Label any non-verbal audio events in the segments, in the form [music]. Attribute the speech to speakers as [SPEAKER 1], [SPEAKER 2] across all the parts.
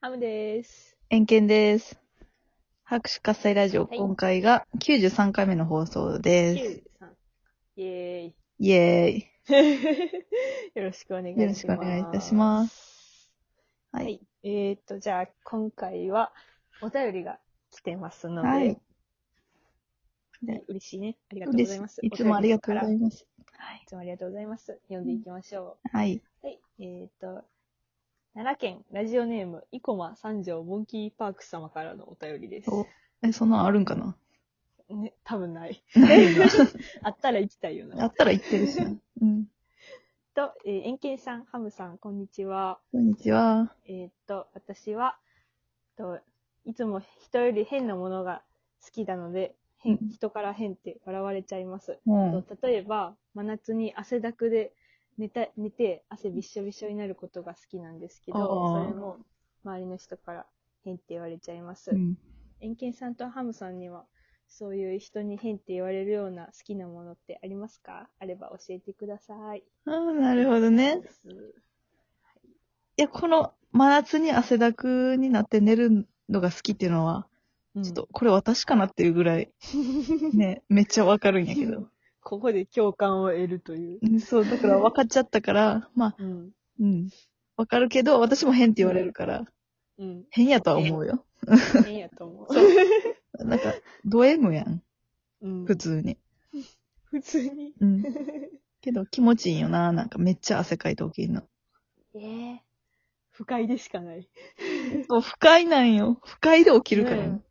[SPEAKER 1] アムです。
[SPEAKER 2] 円見です。拍手喝采ラジオ、
[SPEAKER 1] はい
[SPEAKER 2] 今回が93回目の放送です。
[SPEAKER 1] 93。イエ
[SPEAKER 2] イエ
[SPEAKER 1] ーイ。 [laughs] よろしくお願いします。。
[SPEAKER 2] よろしくお願いいたしますは
[SPEAKER 1] はいい。えーっと、じゃあ、今回はお便りが来てます
[SPEAKER 2] ー
[SPEAKER 1] の
[SPEAKER 2] イ。
[SPEAKER 1] で、
[SPEAKER 2] はい。
[SPEAKER 1] ね嬉しいね。ありがとうご
[SPEAKER 2] 嬉
[SPEAKER 1] ざ
[SPEAKER 2] し
[SPEAKER 1] います。
[SPEAKER 2] い。いつもありがとうござ
[SPEAKER 1] ます。
[SPEAKER 2] います。はい
[SPEAKER 1] い。つもありがとうございます。読んでいきましょ
[SPEAKER 2] はい。
[SPEAKER 1] う。はい。えーっと、奈良県ラジオネーム、生駒三条モンキーパーク様からのお便りです。
[SPEAKER 2] おえ、そんなんあるんかな
[SPEAKER 1] ね、多分ない。
[SPEAKER 2] [laughs] ないな
[SPEAKER 1] [laughs] あったら行きたいよ
[SPEAKER 2] あ
[SPEAKER 1] な。
[SPEAKER 2] ったら言ってるしな。うん。
[SPEAKER 1] と、えー、円形さん、ハムさん、こんにちは。
[SPEAKER 2] こんにちは。
[SPEAKER 1] えーっと、私は、えっと、いつも人より変なものが好きなので、変
[SPEAKER 2] うん
[SPEAKER 1] 人から変って笑われちゃいます。
[SPEAKER 2] も
[SPEAKER 1] と例えば、真夏に汗だくで寝た寝て汗びっしょびしょになることが好きなんですけど、
[SPEAKER 2] あ
[SPEAKER 1] そ
[SPEAKER 2] ー
[SPEAKER 1] れも周りの人から変って言われちゃいます
[SPEAKER 2] う。う。ん。
[SPEAKER 1] 円形さんとハムさんには、そういう人に変って言われるような好きなものってありますかあれば教えてください。
[SPEAKER 2] あーなるほどね。いや、この真夏に汗だくになって寝るのが好きっていうのは、
[SPEAKER 1] うん
[SPEAKER 2] ちょっと、これ私かなっていうぐ
[SPEAKER 1] [laughs]
[SPEAKER 2] らい、ね、めっちゃわかるんやけど。
[SPEAKER 1] ここで共感を得るという。
[SPEAKER 2] うんそう、だから分かっちゃったから、まあ、
[SPEAKER 1] うん。
[SPEAKER 2] うん。わかるけど、私も変って言われるから、
[SPEAKER 1] うん。
[SPEAKER 2] 変やとは思うよ。
[SPEAKER 1] 変やと思う。
[SPEAKER 2] なんか、ド M やん。
[SPEAKER 1] うん
[SPEAKER 2] 普。通に。
[SPEAKER 1] 普通に。
[SPEAKER 2] うん。けど気持ちいいよな。なんかめっちゃ汗かいて起きるの。
[SPEAKER 1] ええ不快でしかない。
[SPEAKER 2] そう、不快なんよ。不快で起きるから
[SPEAKER 1] うん
[SPEAKER 2] よ。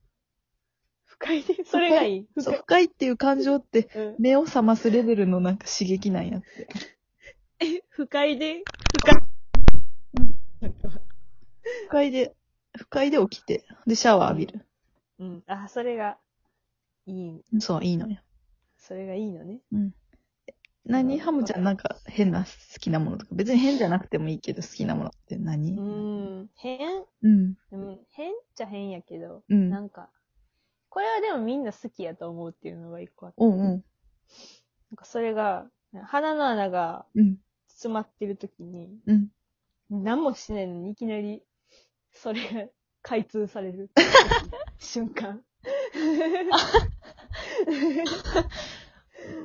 [SPEAKER 1] 不快で、それがいい。不
[SPEAKER 2] そう、
[SPEAKER 1] 快
[SPEAKER 2] 不。快っていう感情って、
[SPEAKER 1] うん
[SPEAKER 2] 目を覚ますレベルのなんか刺激なんやって。
[SPEAKER 1] え、不快で、
[SPEAKER 2] 不快で、不快で起きて、で、シャワー浴びる。
[SPEAKER 1] うん。あ、それが、いい。
[SPEAKER 2] そう、いいのよ。
[SPEAKER 1] それがいいのね。
[SPEAKER 2] 何
[SPEAKER 1] うん
[SPEAKER 2] ハムちゃんなんか変な好きなものとか、別に変じゃなくてもいいけど好きなものって
[SPEAKER 1] う
[SPEAKER 2] 何
[SPEAKER 1] ん。変
[SPEAKER 2] うん。
[SPEAKER 1] うん。変っちゃ変やけど、
[SPEAKER 2] うん
[SPEAKER 1] なんか、これはでもみんな好きやと思うっていうのが一個あって。
[SPEAKER 2] うんうん。
[SPEAKER 1] なんかそれが、鼻の穴が
[SPEAKER 2] うん。
[SPEAKER 1] 詰まってるときに、
[SPEAKER 2] うん。
[SPEAKER 1] 何もしないのにいきなり、それが開通され
[SPEAKER 2] [laughs]
[SPEAKER 1] る。瞬間。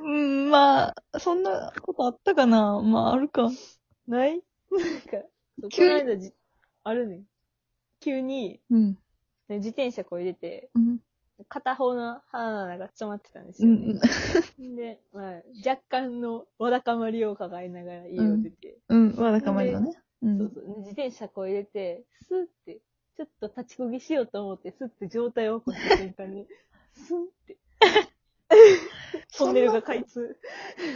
[SPEAKER 2] うん、まあ、そんなことあったかなまあ、あるか。
[SPEAKER 1] ないなんか、そうこ
[SPEAKER 2] 急に
[SPEAKER 1] の間じ、あるねん。急に、
[SPEAKER 2] うん。
[SPEAKER 1] ね自転車こいでて、
[SPEAKER 2] うん。
[SPEAKER 1] 片方の鼻の穴が詰まってたんです
[SPEAKER 2] う
[SPEAKER 1] よ、
[SPEAKER 2] ん。
[SPEAKER 1] で、まあ、若干のわだかまりを抱えながら家を出て、
[SPEAKER 2] うん。わだかまりのね。うん。
[SPEAKER 1] そうそうで自転車こいでて、スッて、ちょっと立ちこぎしようと思って、スッて状態を起こした瞬間
[SPEAKER 2] [laughs]
[SPEAKER 1] に、スンって、トンネルが開通。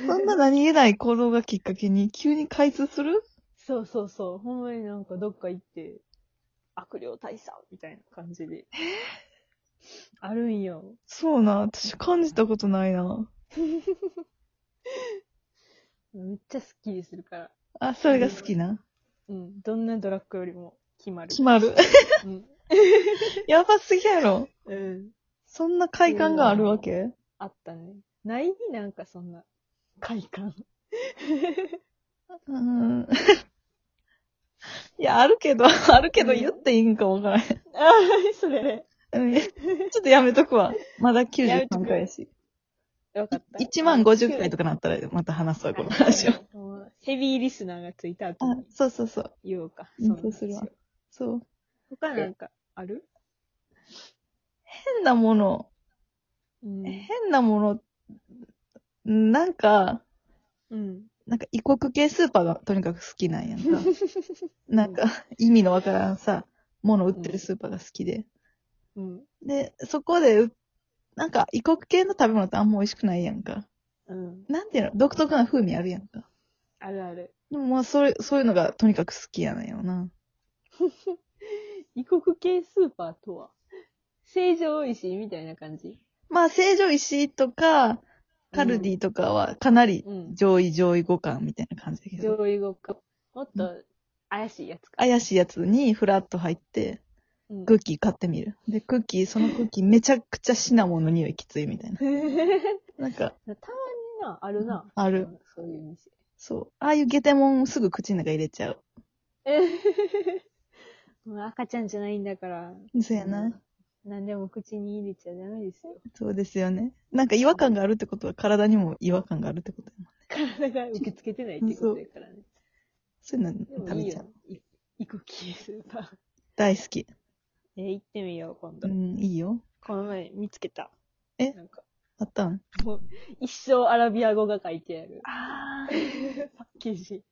[SPEAKER 2] そんな何気ない行動がきっかけに急に開通する
[SPEAKER 1] そうそうそう。ほんまになんかどっか行って、悪霊退散みたいな感じで。あるんよ。
[SPEAKER 2] そうな。私感じたことないな。
[SPEAKER 1] めっちゃスッキリするから。
[SPEAKER 2] あ、それが好きな。
[SPEAKER 1] うん。どんなドラッグよりも決まる。
[SPEAKER 2] 決まる。 [laughs]
[SPEAKER 1] うん。
[SPEAKER 2] やばすぎやろ。
[SPEAKER 1] うん。
[SPEAKER 2] そんな快感があるわけ
[SPEAKER 1] あったね。ないになんかそんな、快感。
[SPEAKER 2] うん。いや、あるけど、 [laughs] あるけど言っていいんかわからへ
[SPEAKER 1] ああ、それ。
[SPEAKER 2] ん。うんちょっとやめとくわ。まだ
[SPEAKER 1] やめと
[SPEAKER 2] 93
[SPEAKER 1] く
[SPEAKER 2] 回やし。
[SPEAKER 1] よかった。
[SPEAKER 2] 1万50回とかなったらまた話すわ、この話を。
[SPEAKER 1] もうヘビーリスナーがついた後
[SPEAKER 2] あ
[SPEAKER 1] に、
[SPEAKER 2] そうそうそう。
[SPEAKER 1] 言おうか。
[SPEAKER 2] うん
[SPEAKER 1] なんですよ
[SPEAKER 2] そうするそう。
[SPEAKER 1] 他なんかある
[SPEAKER 2] 変なもの、
[SPEAKER 1] うん。
[SPEAKER 2] 変なもの、なんか、
[SPEAKER 1] うん。
[SPEAKER 2] なんか異国系スーパーがとにかく好きなんやんか。なんか、意味のわからんさ、もの売ってるスーパーが好きで。
[SPEAKER 1] うん。
[SPEAKER 2] で、そこでう、なんか異国系の食べ物ってあんま美味しくないやんか。
[SPEAKER 1] うん。
[SPEAKER 2] なんていうの独特な風味あるやんか。
[SPEAKER 1] あるある。
[SPEAKER 2] でもまあ、それ、そういうのがとにかく好きやなんやろな。
[SPEAKER 1] 異国系スーパーとは、成城石井みたいな感じ
[SPEAKER 2] まあ、成城石井とか、カルディとかはかなり
[SPEAKER 1] うん。
[SPEAKER 2] 上位上位互換みたいな感じだけど。
[SPEAKER 1] 上位語か。もっと怪しいやつか。
[SPEAKER 2] 怪しいやつにフラッと入って、
[SPEAKER 1] うん
[SPEAKER 2] クッキー買ってみる。で、クッキー、そのクッキーめちゃくちゃシナモンの匂いきついみたいな。なんか、
[SPEAKER 1] [laughs] たまにな、あるな。
[SPEAKER 2] ある。
[SPEAKER 1] そういう店。 [laughs]
[SPEAKER 2] そう。ああいうゲテモンすぐ口の中入れちゃう。
[SPEAKER 1] えもう赤ちゃんじゃないんだから。
[SPEAKER 2] そうやな。
[SPEAKER 1] 何でも口に入れちゃダメですよ。 [laughs]
[SPEAKER 2] そうですよね。なんか違和感があるってことは体にも違和感があるってことやもん
[SPEAKER 1] 体が受け付けてないってことだからね。
[SPEAKER 2] そういう
[SPEAKER 1] で
[SPEAKER 2] の
[SPEAKER 1] も
[SPEAKER 2] 食
[SPEAKER 1] いい
[SPEAKER 2] べちゃう
[SPEAKER 1] よ。。い行く気するば。
[SPEAKER 2] 大好き。
[SPEAKER 1] え、行ってみよう、今
[SPEAKER 2] う
[SPEAKER 1] 度。
[SPEAKER 2] ん、いいよ。
[SPEAKER 1] この前見つけた。
[SPEAKER 2] え
[SPEAKER 1] なんか、
[SPEAKER 2] あったん
[SPEAKER 1] もう、一生アラビア語が書いてある。
[SPEAKER 2] ああ。
[SPEAKER 1] パッケージ。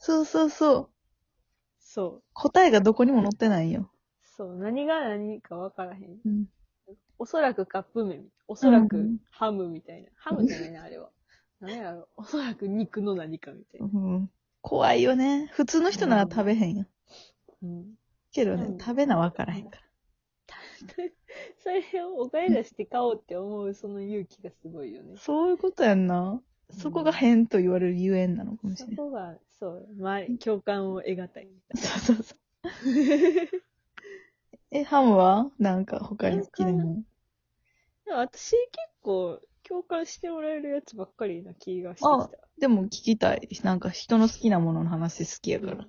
[SPEAKER 2] そうそうそう。
[SPEAKER 1] そう。
[SPEAKER 2] 答えがどこにも載ってないよ。
[SPEAKER 1] そう。何が何かわからへん。
[SPEAKER 2] うん。
[SPEAKER 1] おそらくカップ麺。おそら
[SPEAKER 2] う
[SPEAKER 1] く
[SPEAKER 2] ん
[SPEAKER 1] ハムみたいな。ハムじゃないな、あれは。 [laughs] 何やろ。おそらく肉の何かみたいな。
[SPEAKER 2] うん、怖いよね。普通の人なら食べへんよ。
[SPEAKER 1] うん。 [laughs]
[SPEAKER 2] けどね
[SPEAKER 1] うん、
[SPEAKER 2] 食べなわからへんから。
[SPEAKER 1] それをお金出して買おうって思うその勇気がすごいよね。
[SPEAKER 2] そういうことやんな。そこが変と言われるゆえんなのかも
[SPEAKER 1] そ
[SPEAKER 2] しれない。
[SPEAKER 1] こが、そう、まあ、共感を得がたい。
[SPEAKER 2] そうそうそう。え、ハムはなんか他に好きな
[SPEAKER 1] な
[SPEAKER 2] の
[SPEAKER 1] でも私結構共感してもらえるやつばっかりな気がしてき
[SPEAKER 2] あ
[SPEAKER 1] た。
[SPEAKER 2] でも聞きたい。なんか人の好きなものの話好きやから。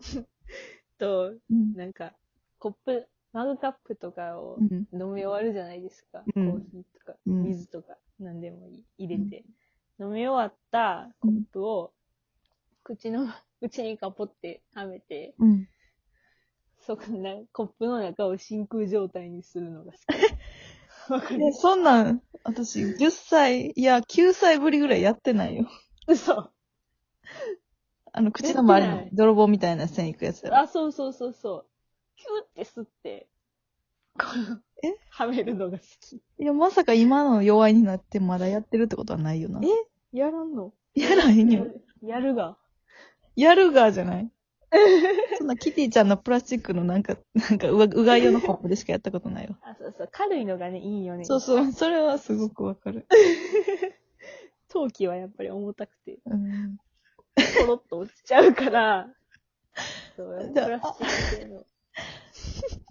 [SPEAKER 1] [laughs] と、
[SPEAKER 2] うん。
[SPEAKER 1] なんか、コップ、マグカップとかを
[SPEAKER 2] うん。
[SPEAKER 1] 飲み終わるじゃないですか。
[SPEAKER 2] うん
[SPEAKER 1] コーヒーとか、
[SPEAKER 2] うん
[SPEAKER 1] 水とか、何でもいい。入れて。飲み終わったコップを、口の、 [laughs] 口にかぽってはめて、
[SPEAKER 2] うん。
[SPEAKER 1] そこな、コップの中を真空状態にするのが好
[SPEAKER 2] [laughs]
[SPEAKER 1] き。わか
[SPEAKER 2] いや
[SPEAKER 1] る
[SPEAKER 2] そんなん、私、10歳、いや、9歳ぶりぐらいやってないよ。
[SPEAKER 1] 嘘。
[SPEAKER 2] あの、口の周り
[SPEAKER 1] やって
[SPEAKER 2] の
[SPEAKER 1] ない
[SPEAKER 2] 泥棒みたいな線行くやつやろ。
[SPEAKER 1] あ、そうそうそうそう。キューって吸って、この、
[SPEAKER 2] え
[SPEAKER 1] はめるのが好き。
[SPEAKER 2] いや、まさか今の弱いになってまだやってるってことはないよな。
[SPEAKER 1] やらんの
[SPEAKER 2] やらへんよ。
[SPEAKER 1] やるが。
[SPEAKER 2] やるがじゃ [laughs] ないそんなキティちゃんのプラスチックのなんか、なんかうが、うがい用のコップでしかやったことないわ。
[SPEAKER 1] あ、そうそう。軽いのがね、いいよね。
[SPEAKER 2] そうそう、それはすごくわか [laughs] る。
[SPEAKER 1] 陶器はやっぱり重たくて、
[SPEAKER 2] うん。
[SPEAKER 1] ポロッと落ちちゃう [laughs] から、そう、プ
[SPEAKER 2] じゃあ
[SPEAKER 1] ラスチック系の。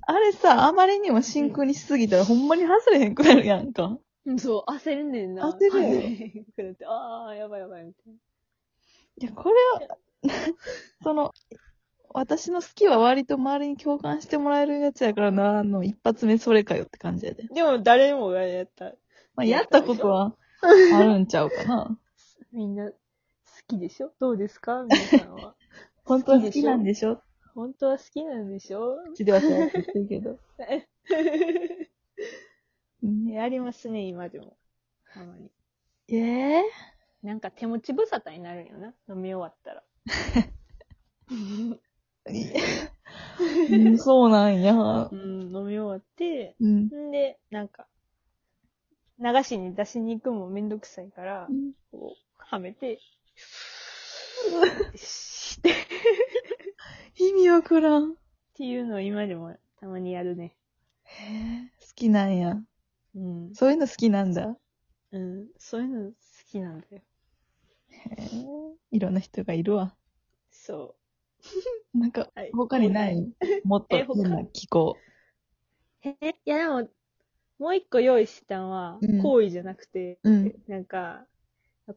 [SPEAKER 2] あれさ、あまりにも真空にしすぎたらほんまに外れへんくなるやんか。
[SPEAKER 1] うんそう、焦るねんな。
[SPEAKER 2] 焦るよ
[SPEAKER 1] よ。 [laughs] くなって、あー、やばいやばい、みたい
[SPEAKER 2] いや、これは、 [laughs] その、私の好きは割と周りに共感してもらえるやつやからな、あの、一発目それかよって感じやで。
[SPEAKER 1] な。でも、誰もがやった。
[SPEAKER 2] まあ、やったことは、あるんちゃうかな。
[SPEAKER 1] みんな、好きでしょどうですか皆さん [laughs] は。
[SPEAKER 2] [laughs] 本当は好きなんでしょ
[SPEAKER 1] 本当は好きなんでしょ
[SPEAKER 2] うちではそうやって言ってるけど。うん
[SPEAKER 1] [laughs] やりますね、今でも。たまに。
[SPEAKER 2] ええ
[SPEAKER 1] なんか手持ち無沙汰になるよな。飲み終わった [laughs] ら。
[SPEAKER 2] うんそうなんや。
[SPEAKER 1] う、
[SPEAKER 2] うん
[SPEAKER 1] 飲み終わって、
[SPEAKER 2] ん。
[SPEAKER 1] んで、なんか、流しに出しに行くもめんどくさいから、こう、はめて、シーって、っ
[SPEAKER 2] 意味わからん。
[SPEAKER 1] ていうのを今でもたまにやるね。
[SPEAKER 2] へえ好きなんや。
[SPEAKER 1] うん。
[SPEAKER 2] そういうの好きなんだ。
[SPEAKER 1] うん。そういうの好きなんだよ。
[SPEAKER 2] へえいろんな人がいるわ。
[SPEAKER 1] そ
[SPEAKER 2] なんか
[SPEAKER 1] はい、
[SPEAKER 2] 他にない、もっと
[SPEAKER 1] え他
[SPEAKER 2] 変な気候。
[SPEAKER 1] う。え、いやでも、もう一個用意したのは
[SPEAKER 2] うん、
[SPEAKER 1] 行為じゃなくて、
[SPEAKER 2] うん。
[SPEAKER 1] なんか、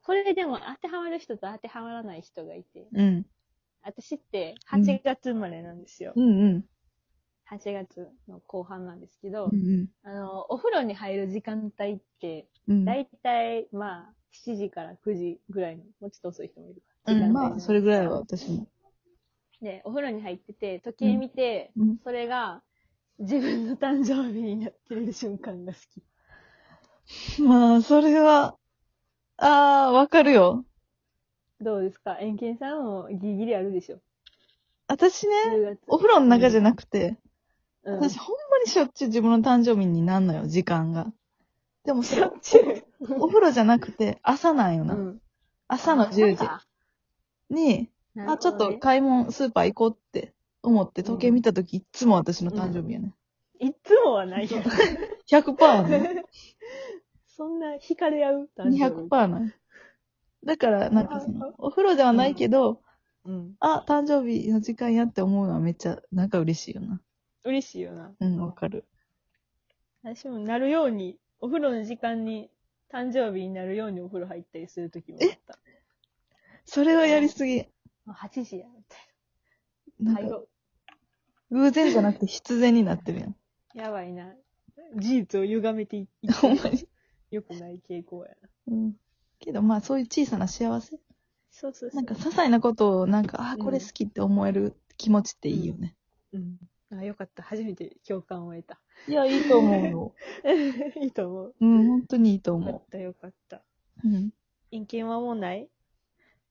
[SPEAKER 1] これでも当てはまる人と当てはまらない人がいて、
[SPEAKER 2] うん。
[SPEAKER 1] 私って8月生まれなんですよ。
[SPEAKER 2] うんうん。
[SPEAKER 1] 8月の後半なんですけど、
[SPEAKER 2] うん
[SPEAKER 1] あの、お風呂に入る時間帯って、
[SPEAKER 2] うん。
[SPEAKER 1] だいたい、まあ、7時から9時ぐらいの、もうちょっと遅い人もいるか
[SPEAKER 2] う
[SPEAKER 1] ら。
[SPEAKER 2] ん、まあ、それぐらいは
[SPEAKER 1] は。
[SPEAKER 2] 私も。
[SPEAKER 1] で、お風呂に入ってて、時計見て、
[SPEAKER 2] うんうん
[SPEAKER 1] それが、自分の誕生日になってる瞬間が好き。
[SPEAKER 2] まあ、それは、ああ、わかるよ。
[SPEAKER 1] どうですか円形さんもギリギリあるでしょ
[SPEAKER 2] 私ね、
[SPEAKER 1] ?10 月。
[SPEAKER 2] お風呂の中じゃなくて、
[SPEAKER 1] うん、
[SPEAKER 2] 私ほんまにしょっちゅう自分の誕生日になんのよ、時間が。でもそれ、お風呂じゃなくて、朝なんよ
[SPEAKER 1] う
[SPEAKER 2] な。
[SPEAKER 1] ん。
[SPEAKER 2] 朝の10時
[SPEAKER 1] あ
[SPEAKER 2] に、
[SPEAKER 1] なる
[SPEAKER 2] あ、
[SPEAKER 1] ほ
[SPEAKER 2] ちょっ
[SPEAKER 1] ど
[SPEAKER 2] と
[SPEAKER 1] ね
[SPEAKER 2] 買い物、スーパー行こうって思って、時計見たとき、いっつも私の誕生日やね。
[SPEAKER 1] いつもはないよ。
[SPEAKER 2] 100%
[SPEAKER 1] [laughs]
[SPEAKER 2] やね。
[SPEAKER 1] そんな惹かれ合う誕生日。
[SPEAKER 2] 200%ない。だから、なんかその、お風呂ではないけど、
[SPEAKER 1] うん。
[SPEAKER 2] あ、誕生日の時間やって思うのはめっちゃ、なんか嬉しいよな。
[SPEAKER 1] 嬉しいよな。
[SPEAKER 2] うん、わかる。
[SPEAKER 1] 私もなるように、お風呂の時間に、誕生日になるようにお風呂入ったりするときもあった。
[SPEAKER 2] それはやりすぎ。
[SPEAKER 1] もう8時や、みたい
[SPEAKER 2] な
[SPEAKER 1] な。
[SPEAKER 2] ん
[SPEAKER 1] 入
[SPEAKER 2] か、
[SPEAKER 1] ろ
[SPEAKER 2] 偶然じゃなくて必然になってるやん。
[SPEAKER 1] やばいな。事実を歪めていい
[SPEAKER 2] ほんまに。
[SPEAKER 1] よくない傾向やな。
[SPEAKER 2] うん。けどまあそういう小さな幸せ。
[SPEAKER 1] そうそうそう。
[SPEAKER 2] なんか些細なことをなんか、ああ、これ好きって思える気持ちっていいよね。
[SPEAKER 1] うん。あ、よかった。初めて共感を得た。
[SPEAKER 2] いや、いいと思うよ。
[SPEAKER 1] [laughs] いいと思う。
[SPEAKER 2] うん、本当にいいと
[SPEAKER 1] よかっ
[SPEAKER 2] 思
[SPEAKER 1] た、よかった。
[SPEAKER 2] う。うん。
[SPEAKER 1] 陰険はもうない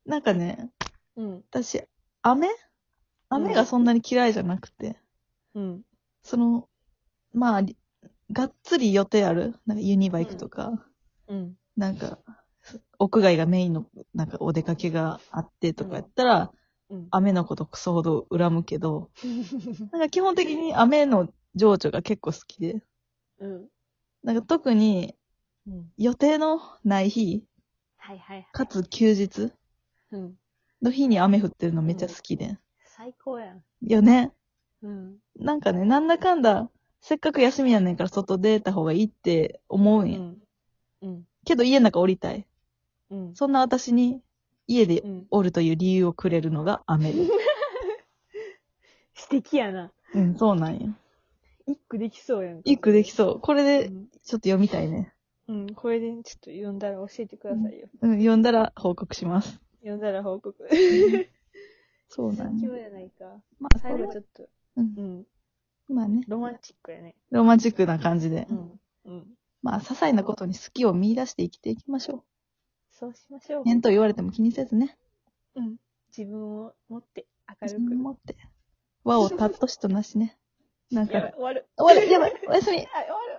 [SPEAKER 2] なんかね、
[SPEAKER 1] うん。
[SPEAKER 2] 私、雨雨がそんなに嫌いじゃなくて、
[SPEAKER 1] うん。
[SPEAKER 2] その、まあ、りがっつり予定あるなんかユニバイクとか、
[SPEAKER 1] うん。
[SPEAKER 2] なんか、屋外がメインの、なんかお出かけがあってとかやったら、
[SPEAKER 1] うん。
[SPEAKER 2] 雨のことクソほど恨むけど、なんか基本的に雨の情緒が結構好きで、
[SPEAKER 1] [laughs] うん。
[SPEAKER 2] なんか特に
[SPEAKER 1] うん。
[SPEAKER 2] 予定のない日、
[SPEAKER 1] はいはい。
[SPEAKER 2] かつ休日
[SPEAKER 1] うん。
[SPEAKER 2] の日に雨降ってるのめっちゃ好きで。
[SPEAKER 1] 最高やん。
[SPEAKER 2] よね。
[SPEAKER 1] うん。
[SPEAKER 2] なんかね、なんだかんだ、せっかく休みやねんから外出た方がいいって思う
[SPEAKER 1] うん
[SPEAKER 2] や。
[SPEAKER 1] うん。
[SPEAKER 2] けど家の中降りたい。
[SPEAKER 1] うん。
[SPEAKER 2] そんな私に家で
[SPEAKER 1] うん。
[SPEAKER 2] おるという理由をくれるのが
[SPEAKER 1] [laughs]
[SPEAKER 2] 雨。
[SPEAKER 1] 素敵やな。
[SPEAKER 2] うん、そうなんよ。
[SPEAKER 1] 一句できそうやんか。
[SPEAKER 2] 一句できそう。これ
[SPEAKER 1] う
[SPEAKER 2] で、ちょ
[SPEAKER 1] ん。
[SPEAKER 2] っと読みたいね。
[SPEAKER 1] うん。これでちょっと読んだら教えてくださいよ。
[SPEAKER 2] うん、読んだら報告します。
[SPEAKER 1] 読んだら報告。
[SPEAKER 2] そうなん
[SPEAKER 1] 最 [laughs]
[SPEAKER 2] よ
[SPEAKER 1] 強。やないか。
[SPEAKER 2] まあ、
[SPEAKER 1] 最
[SPEAKER 2] 最
[SPEAKER 1] 後
[SPEAKER 2] 後
[SPEAKER 1] ちょっと。
[SPEAKER 2] うん
[SPEAKER 1] うん。
[SPEAKER 2] まあね、
[SPEAKER 1] ロマンチックやね。
[SPEAKER 2] ロマンチックな感じで。
[SPEAKER 1] うん。うん。
[SPEAKER 2] まあ、些細なことに好きを見出して生きていきましょ
[SPEAKER 1] そうしましょう
[SPEAKER 2] う。。変と言われても気にせずね。
[SPEAKER 1] うん。自分を持って明
[SPEAKER 2] 自
[SPEAKER 1] る
[SPEAKER 2] 分
[SPEAKER 1] く。
[SPEAKER 2] 持って。和をたっとしとなしね。なん
[SPEAKER 1] やばい
[SPEAKER 2] か、
[SPEAKER 1] 終わる。
[SPEAKER 2] 終わる、やばい、おやすみ。
[SPEAKER 1] あ終わる。